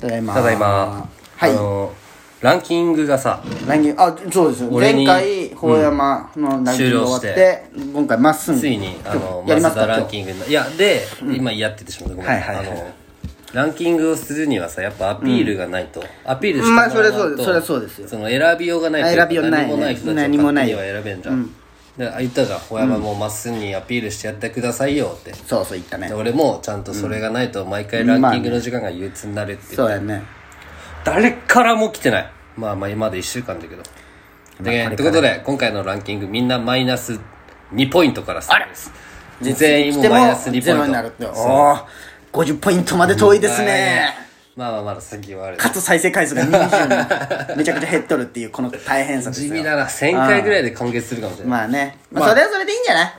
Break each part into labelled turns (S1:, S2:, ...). S1: ただいま
S2: ただいま、
S1: はい
S2: あのランキングがさ
S1: 来年あそうですよ
S2: 俺
S1: 前
S2: に
S1: 回法山のランキング終わって
S2: 終了
S1: 今回まっすぐ
S2: ついにあの
S1: や
S2: マ
S1: りま
S2: ツ
S1: すか
S2: ダラン
S1: 今日
S2: キングのいやで、今やっててしまったごめん、
S1: はいはいはい
S2: あのランキングをするにはさやっぱアピールがないと、アピールして
S1: まあ
S2: もらわないと
S1: それはそうそれはそうですよ
S2: その選びようがないというか
S1: 選びようない
S2: 何もない人たち
S1: 何もない
S2: は選べんじゃん、であ言ったじゃん小山もまっすぐにアピールしてやってくださいよって、
S1: そうそういったね
S2: で俺もちゃんとそれがないと毎回ランキングの時間が憂鬱になるっていう
S1: そうやね
S2: 誰からも来てないまあまあ今まで1週間だけどでということで今回のランキングみんなマイナス2ポイントからスタートです全員もマイナス2
S1: ゼロ
S2: ポイ
S1: に
S2: ン
S1: な
S2: ト
S1: るっておー50ポイントまで遠いですね
S2: まあまあまだ先はある
S1: かつ再生回数 が20にめちゃくちゃ減っとるっていうこの大変さです
S2: 地
S1: よ
S2: 味だな1000回ぐらいで完結するかもしれない、
S1: まあね、まあ、それはそれでいいんじゃない、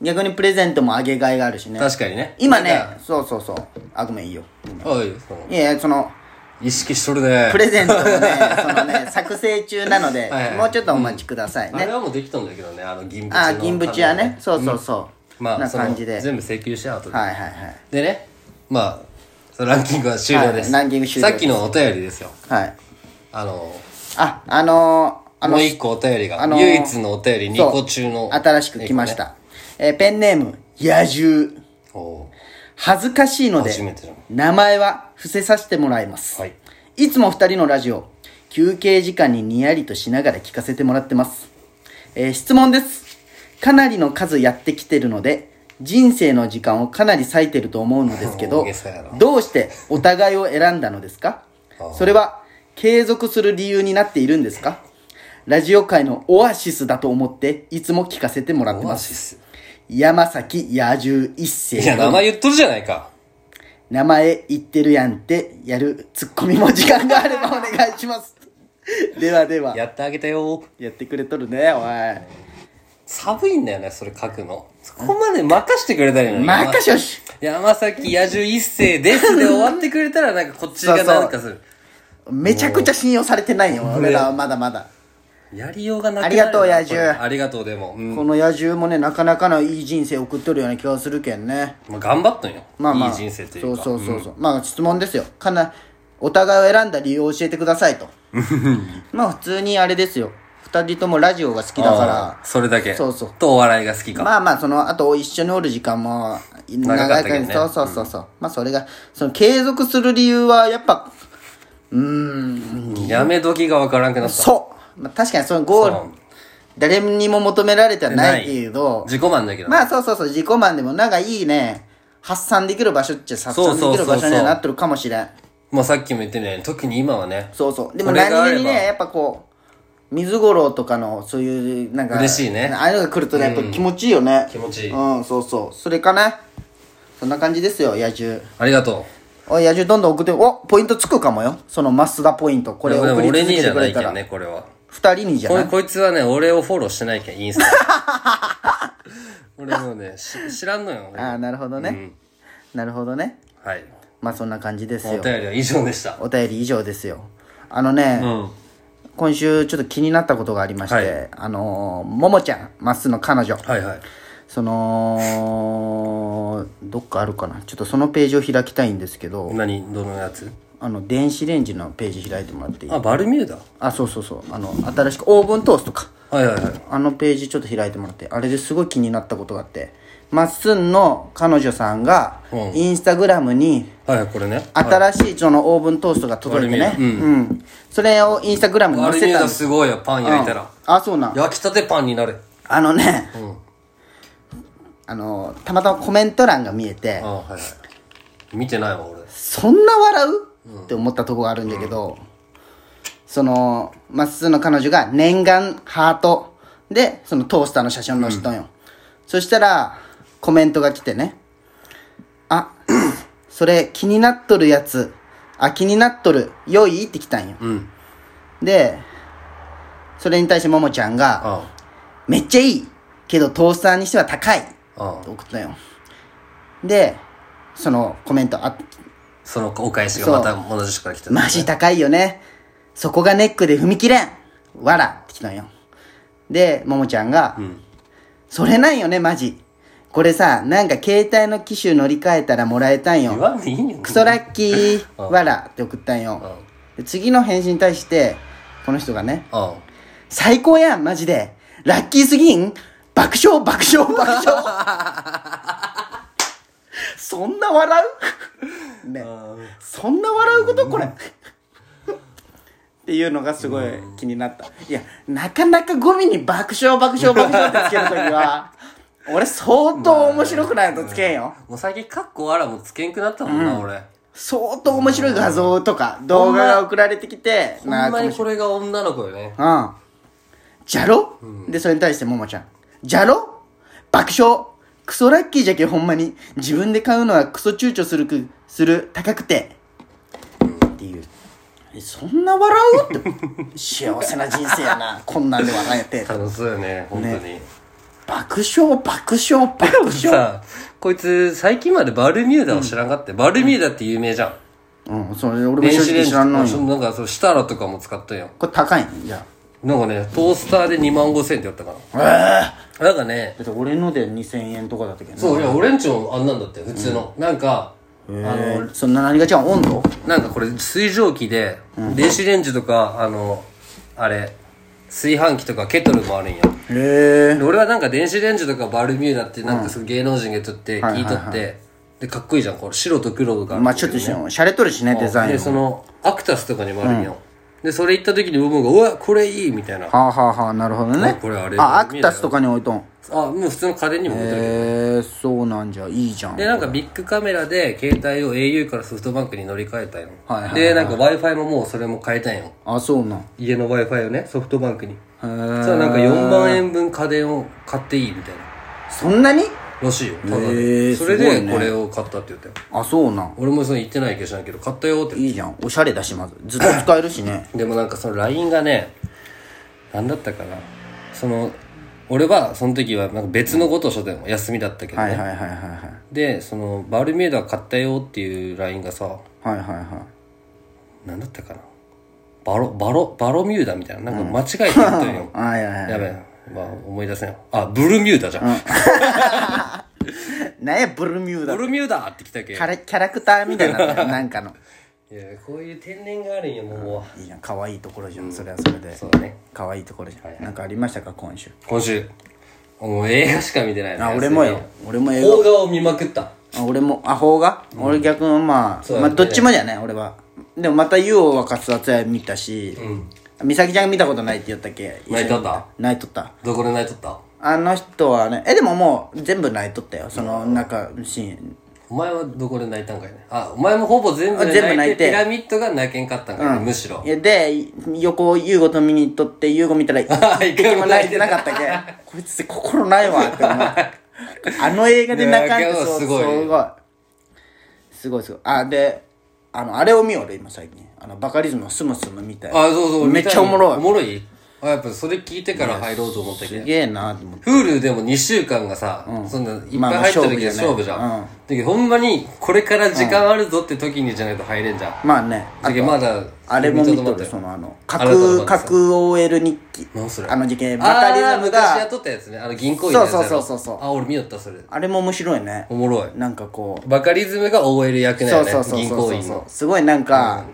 S1: 逆にプレゼントもあげがいがあるしね
S2: 確かにね
S1: 今
S2: みん
S1: ね
S2: な
S1: そうそうそうあごめんいいよ
S2: おいその
S1: いやいやその
S2: 意識しとるね
S1: プレゼントをねその ね作成中なので
S2: はいはい
S1: もうちょっとお待ちください
S2: あれ
S1: ね、
S2: はもうできたんだけどねあの銀縁の
S1: ああ銀縁はねそうそうそう、
S2: まあ
S1: な
S2: その
S1: 感じではい
S2: 全部請求して後で、
S1: はいはい
S2: でねまあそのランキングは終了です、
S1: はいランキング終了です
S2: さっきのお便りですよ
S1: はい
S2: あの
S1: ああのー、あの
S2: もう一個お便りが、
S1: あのー
S2: 唯一のお便り2個中の、
S1: そう新しく来ました、えーペンネーム野獣
S2: お
S1: 恥ずかしいので
S2: 初めてだ
S1: 名前は伏せさせてもらいます、
S2: はい
S1: いつも二人のラジオ休憩時間にニヤリとしながら聞かせてもらってます、えー質問ですかなりの数やってきてるので人生の時間をかなり割いてると思うのですけ
S2: 大
S1: ど
S2: げさやな
S1: どうしてお互いを選んだのですか
S2: ああ
S1: それは継続する理由になっているんですかラジオ界のオアシスだと思っていつも聞かせてもらって
S2: ー
S1: ま
S2: マ
S1: す
S2: ジっす
S1: 山崎野獣一世
S2: いや名前言っとるじゃないか
S1: 名前言ってるやんってやるツッコミも時間があればお願いし ますではではや
S2: やってあげたよ
S1: ってくれとるねお
S2: 寒いんだよねそれ書くのそこまで任してくれたらいいの
S1: い
S2: に
S1: まかしよし
S2: 山崎野獣一世ですで終わってくれたらなんかこっちがなんかする
S1: めちゃくちゃ信用されてないよ俺らはまだまだ
S2: やりようがなくな
S1: ありがとう
S2: な
S1: 野獣
S2: これありがとうでも、うん
S1: この野獣もねなかなかのいい人生送っとるような気がするけんね
S2: まあ、頑張っとんよ、
S1: まあまあ
S2: いい人生というか
S1: そうそうそうそう、まあ質問ですよかなお互いを選んだ理由を教えてくださ いとまあ普通にあれですよ二人ともラジオが好きだから
S2: あーそれだけ
S1: そうそう
S2: とお笑いが好きか、
S1: まあまあそのあと一緒におる時間も
S2: 長かったけどね
S1: そうそうそうそう、まあそれがその継続する理由はやっぱうーん
S2: やめ時がわからんくなった
S1: そう、まあ、確かにそのゴール
S2: そう
S1: 誰にも求められてはないけど
S2: 自己満だけど、
S1: まあそうそうそう自己満でもなんかいいね発散できる場所っちゃ発散できる場所にはなってるかもしれん
S2: まあ、さっきも言ってみたように特に今はね
S1: そうそうでも
S2: これがあ
S1: 何
S2: れ
S1: 気
S2: ば
S1: にねやっぱこう水五郎とかのそういうなんか
S2: 嬉しいね
S1: ああいうのが来るとねやっぱ気持ちいいよね、
S2: 気持ちいい
S1: うんそうそうそれかねそんな感じですよ野獣
S2: ありがとう
S1: おい野獣どんどん送っておポイントつくかもよそのマスダポイントこれ
S2: でも
S1: 送り
S2: 俺
S1: 続
S2: に
S1: け
S2: じ
S1: て
S2: ゃ
S1: く
S2: な
S1: れ
S2: い
S1: た
S2: けん
S1: ら
S2: ねこれは
S1: 二人にじゃ
S2: こ
S1: ない
S2: いこいつはね俺をフォローしてないけんインスタ 俺もうねし知らんのよ
S1: ああなるほどね、なるほどね
S2: はい
S1: まあそんな感じです
S2: お
S1: よ
S2: 便りは以上でした
S1: お便り以上ですよあのね、
S2: うん
S1: 今週ちょっと気になったことがありまして、
S2: はい
S1: あのーももちゃんまっすーの彼女
S2: はいはい
S1: そのどっかあるかなちょっとそのページを開きたいんですけど
S2: 何どのやつ
S1: あの電子レンジのページ開いてもらっていい
S2: あバルミューダ
S1: あそうそうそうあの新しくオーブントーストか
S2: はいはいはい
S1: あのページちょっと開いてもらってあれですごい気になったことがあってまっすんの彼女さんが
S2: うん
S1: インスタグラムに
S2: はいはいこれね
S1: 新しいそのオーブントーストが届いてね
S2: バ
S1: う
S2: ルミュー
S1: んそれをインスタグラムに
S2: バ
S1: 載
S2: ル
S1: せ
S2: ミュ
S1: てた
S2: ー
S1: ん
S2: ダ
S1: です
S2: すごいよパン焼いたら
S1: あそうなん
S2: 焼きたてパンになる
S1: あのね
S2: ん
S1: あのたまたまコメント欄が見えて
S2: あはいはい見てないわ俺
S1: そんな笑う、って思ったとこがあるんだけど、そのまっすーの彼女が念願ハートでそのトースターの写真を載せたんよ、そしたらコメントが来てねあ それ気になっとるやつあ気になっとる良いって来たんよ
S2: うん
S1: でそれに対してももちゃんが
S2: あ
S1: めっちゃいいけどトースターにしては高いって
S2: あ
S1: 送ったんよでそのコメントあ
S2: そのお返しがまた同じ人から来た
S1: マジ高いよね。そこがネックで踏み切れん。わらって来たんよ。で、ももちゃんが、それなんよね、マジ。これさ、なんか携帯の機種乗り換えたらもらえたん
S2: 言
S1: よ。
S2: わんでいいよ
S1: クソラッキー、わらって送ったんよ。で次の返信に対して、この人がね、
S2: うん
S1: 最高やん、マジで。ラッキーすぎん爆笑、爆 笑、爆笑。そんな笑うね。そんな笑うことこれ。っていうのがすごい気になった。いや、なかなかゴミに爆笑、爆笑、爆笑ってつけるときは、俺相当面白くないとつけんよ。
S2: もう最近カッコあらもつけんくなったもんな、俺
S1: 相当面白い画像とか動画が送られてきて、
S2: ほん
S1: な
S2: まにこれが女の子よね
S1: うん。じゃろ、で、それに対してももちゃん。じゃろ爆笑クソラッキーじゃけほんまに。自分で買うのはクソ躊躇するく、する、高くて。っていう。えそんな笑うって。幸せな人生やな。 こんなんで笑えて。
S2: 楽しそうよね本当に、
S1: 爆笑、爆笑、爆 笑。
S2: さあこいつ最近までバルミューダを知らんかって、バルミューダって有名じゃん、
S1: うん、それ俺も
S2: 電
S1: 正
S2: 子レ
S1: 直
S2: ンジ
S1: 知らんの
S2: そ
S1: よ。
S2: うなんかそうシタラとかも使ったよ
S1: これ高いんじゃ
S2: なんかねトースターで2万5000円ってやったか
S1: あ。え
S2: ななんかね
S1: えだって俺ので2000円とかだったけどね。
S2: そういや俺んちもあんなんだって普通の、なんかあの
S1: えーそんな何が違う温度
S2: なんかこれ水蒸気で、電子レンジとかあのあれ炊飯器とかケトルもあるんよ
S1: へえ
S2: で俺はなんか電子レンジとかバルミューダってなんかすごい芸能人がとって聞いとってでかっこいいじゃんこれ白と黒があるんだけど
S1: まあちょっとしよう。洒落とるしね、デザイン
S2: で
S1: も。
S2: そのアクタスとかにもあるんよ、でそれ行った時に僕が「うわこれいい」みたいなあ
S1: はあはあはあ、なるほどね。
S2: これあれ
S1: アクタスとかに置いとん。
S2: もう普通の家電にも置いてある
S1: へえ、そうなんじゃ。いいじゃん。
S2: でなんかビッグカメラで携帯を au からソフトバンクに乗り換えたよ、
S1: はいはいはい
S2: でなんか w i f i ももうそれも変えたんよ
S1: あ、そうなん。へ
S2: 家の w i f i をねソフトバンクにそしたら
S1: え。
S2: なんか4万円分家電を買っていいみたいな
S1: そんなに
S2: らしいよただ
S1: へ
S2: で
S1: え
S2: それ
S1: すごい
S2: で
S1: ね
S2: これを買ったって言ったよ
S1: あ、そうなん。
S2: 俺もその行ってないけど知らんけど買ったよって
S1: いいじゃん。おしゃれだし、まず。ずっと使えるしね。
S2: でもなんかその LINE がね何だったかなその俺はその時はなんか別のことをしとったの休みだったけどね、
S1: はいはいはいはいはい。
S2: でそのバルミューダ買ったよっていう LINE がさ
S1: はいはいは
S2: 何だったかなバロバロバロミューダみたいななんか間違えて言ったんよ、
S1: い。 はいはいはい。
S2: やべえ、まあ、思い出せんあブルミューダじゃん、
S1: なんや、ブルミューダ
S2: ブ。ルミューダって来たけい
S1: キャラキャラクターみたいな の。なんかの。
S2: やこういう天然があるんよもう、
S1: いいじゃん。可愛いところじゃん。それはそれで。
S2: そうだね
S1: 可愛いところじゃん。なんかありましたか、今週。
S2: 今週もう映画しか見てないね
S1: あ、俺もよ。俺も映画
S2: 邦画を見まくった
S1: あ俺もあ邦画、俺逆のまあ、
S2: うだ
S1: ま
S2: ね
S1: あどっちもじゃない俺はでもまた「湯を沸かすやつは見たし、美咲ちゃんが見たことないって言ったっけ
S2: 泣いとった
S1: 泣いとった
S2: どこで泣いとった
S1: あの人はねえでももう全部泣いとったよその中シーン
S2: お前はどこで泣いたんかいねあお前もほぼ全部
S1: あ
S2: 泣いて
S1: 全部泣いて
S2: ピラミッドが泣けんかったんかいね、むしろ
S1: いやで横を優吾と見に行っとって優吾見たら 一
S2: 一回
S1: 匹
S2: も
S1: も
S2: 泣
S1: 泣
S2: い
S1: い
S2: て
S1: て
S2: な
S1: な
S2: か
S1: か
S2: っ
S1: ったけこいつ心ないわって 思うあの映画で泣かん
S2: い
S1: っ
S2: や
S1: て
S2: いや
S1: そう
S2: すごい
S1: すごいすごいすごいあであのあれを見よう俺今最近あのバカリズムのスムスムみたい
S2: あそうそう
S1: めっちゃおもろ
S2: お
S1: い
S2: もろいあやっぱそれ聞いてから入ろうと思ったけ
S1: す
S2: ど
S1: げえなと思って
S2: フールでも2週間がさ、そんないっ
S1: まあま
S2: ぱ
S1: あ
S2: い入ってるけど
S1: 勝
S2: 勝負
S1: 負
S2: じ
S1: じ
S2: ゃ
S1: ゃ
S2: ん、
S1: ね
S2: だけどほんまにこれから時間あるぞって時にじゃないと入れんじゃん、
S1: まあねあ
S2: だけどまだ
S1: あれも見とる
S2: よ
S1: そのあの
S2: あなたの
S1: 核
S2: 番です
S1: 核 OL 日記
S2: 何それ
S1: あの事件バカリ
S2: あ
S1: ズ
S2: あ
S1: ム
S2: 昔やっ
S1: が
S2: とったやつねあの銀行員のやつやろ
S1: そうそうそうそうそう
S2: あ俺見よったそれ
S1: あれも面白いね
S2: おもろい
S1: なんかこう
S2: バカリズムが OL 役な
S1: そ
S2: よ
S1: う
S2: ね
S1: そうそう
S2: 銀
S1: そう
S2: 行
S1: そう
S2: 員
S1: そう
S2: の
S1: すごいなんか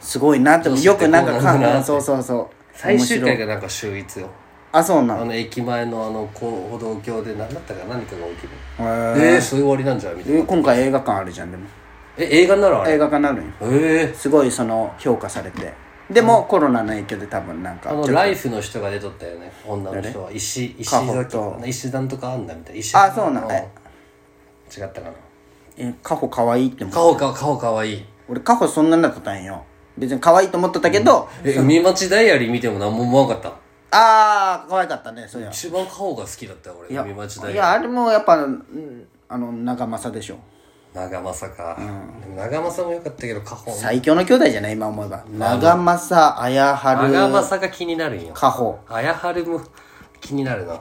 S1: すごいなって思うよくなんか
S2: 女子ってこうなんだな
S1: 感
S2: って
S1: そうそうそう
S2: 最終
S1: 面白
S2: 回
S1: い
S2: がなんか秀逸よ
S1: あそうな
S2: あ
S1: の
S2: の駅前のあのこう歩道橋で何だったか何かが起きる
S1: へ
S2: えー、そういう終わりなんじゃんみたいな
S1: え今回映画館あるじゃんでも
S2: え映画になるあれ
S1: 映画化なるんよ
S2: えー、
S1: すごいその評価されてでもコロナの影響で多分なんか
S2: あ
S1: ちょ
S2: の
S1: っと
S2: ライフの人が出とったよね女の人は石石
S1: カホ
S2: 崎
S1: と
S2: 石段とかあんだみたいな石
S1: あそうなん
S2: 違ったかな
S1: えカホ可愛いって思う
S2: カホかカホかわいい
S1: 俺カホそんなんだったんよ別に可愛いと思っとったけど、
S2: え海町ダイアリー見ても何も思わなかった
S1: ああ可愛かったねそりゃ
S2: 一番カホが好きだったよ俺海町ダイアリー
S1: いやあれもやっぱ、うんあの長政でしょ
S2: 長政か、でも長政も良かったけどカホ
S1: 最強の兄弟じゃない今思えば長政綾
S2: 長
S1: 春
S2: 政が気になるんよ
S1: カホ
S2: あやはるも気になるな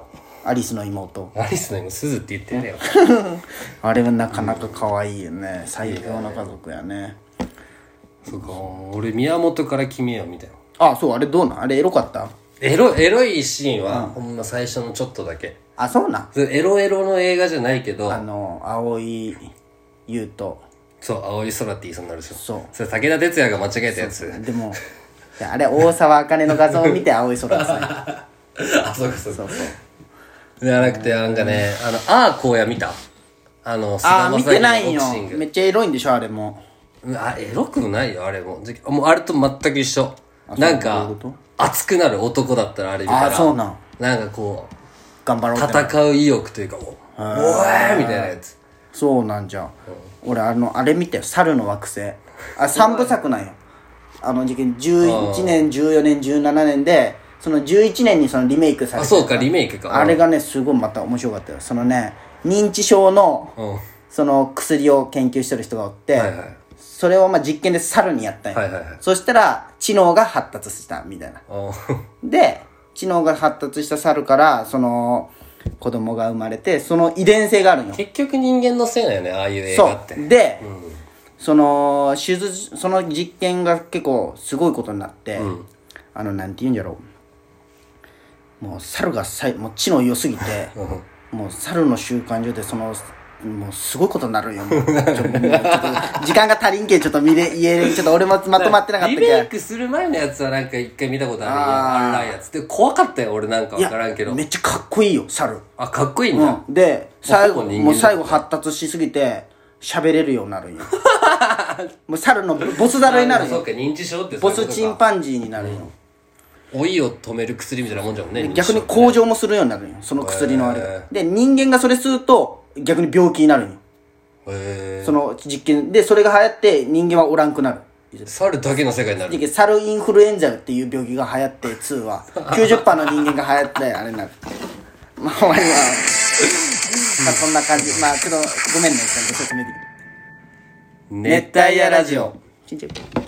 S1: アリスの妹
S2: アリスの今すずって言ってるよ
S1: あれはなかなか可愛いよね最強の家族やね
S2: そうか俺宮本から決めようみたいな
S1: あそうあれどうなんあれエロかった
S2: エロエロいシーンは、ほんま最初のちょっとだけ
S1: あそうなん
S2: それエロエロの映画じゃないけど
S1: あ、の青井優斗
S2: そう、青い空って言いそうになるでしょ。
S1: そう
S2: それ武田鉄矢が間違えたやつ。
S1: で もいやあれ大沢あかねの画像を見て青い空ですね
S2: あ、そうかそ
S1: そう。
S2: うか
S1: そう
S2: じゃなくて、なんかね、あの、あーこうや見たあの、
S1: ああ
S2: 菅
S1: 見
S2: 田将
S1: て
S2: 暉
S1: ない
S2: のボ
S1: よ
S2: クシング
S1: めっちゃエロいんでしょあれも
S2: うんあ、エロくないよ、あれも。じゃもうあれと全く一緒。なんか
S1: どういうこ、
S2: 熱くなる男だったらあれ見たら。
S1: あそうなん
S2: なんかこう、
S1: 頑張ろうってな
S2: 戦う意欲というかもう、おえーみたいなやつ。
S1: そうなんじゃん、俺あのあれ見て猿の惑星あ三部作なんよあの時期11年14年17年でその11年にそのリメイクされ
S2: あ、
S1: て
S2: そうか、リメイクか。
S1: あれがねすごいまた面白かったよそのね認知症の
S2: うん。うん。はい
S1: その薬を研究してる人がおって、
S2: はい。はい
S1: それをまあ実験で猿にやったんよ、
S2: はいはい。
S1: そしたら知能が発達したみたいな
S2: うん
S1: で知能が発達した猿からその子供が生まれてその遺伝性があるの
S2: 結局人間のせいだよね、ああいう映
S1: そ
S2: 画って。
S1: うで、その手術その実験が結構すごいことになって、あのなんて言うんじゃろうもう猿がさいもう知能良すぎてもう猿の習慣所でそのもうすごいことになるよもうちょっともうちょっと時間が足りんけちょっと見れ言えれんちょっと俺もまとまってなかった
S2: リ
S1: け
S2: メイ
S1: ど
S2: クする前のやつはなんか一回見たことある
S1: あー
S2: あらいやつで怖かったよ俺なんか
S1: い
S2: 分からんけ
S1: や
S2: ど
S1: めっちゃかっこいいよ猿
S2: あかっこいいんだ、
S1: うん、で最後
S2: ほぼ人間
S1: もう最後発達しすぎて喋れるようになる んよもう猿のボス猿になるん
S2: そう
S1: よ
S2: か認知症ってそう
S1: ボ
S2: いうこと
S1: ス
S2: か
S1: チンパンジーになるんよ、
S2: 老いを止める薬みたいなもんじゃもんね認知
S1: 逆
S2: 症
S1: に向上もするようになるんよその薬のあれが、
S2: へ
S1: で人間がそれ吸うと逆に病気になるんよ
S2: へえ
S1: その実験でそれが流行って人間はおらんくなる
S2: 猿だけの世界になる
S1: で猿インフルエンザっていう病気が流行って2は90%の人間が流行ってあれになるまあお前は まあそんな感じまあちょっとごめんねちゃんと説明できる
S2: 熱帯夜ラジオ
S1: ちんちゃい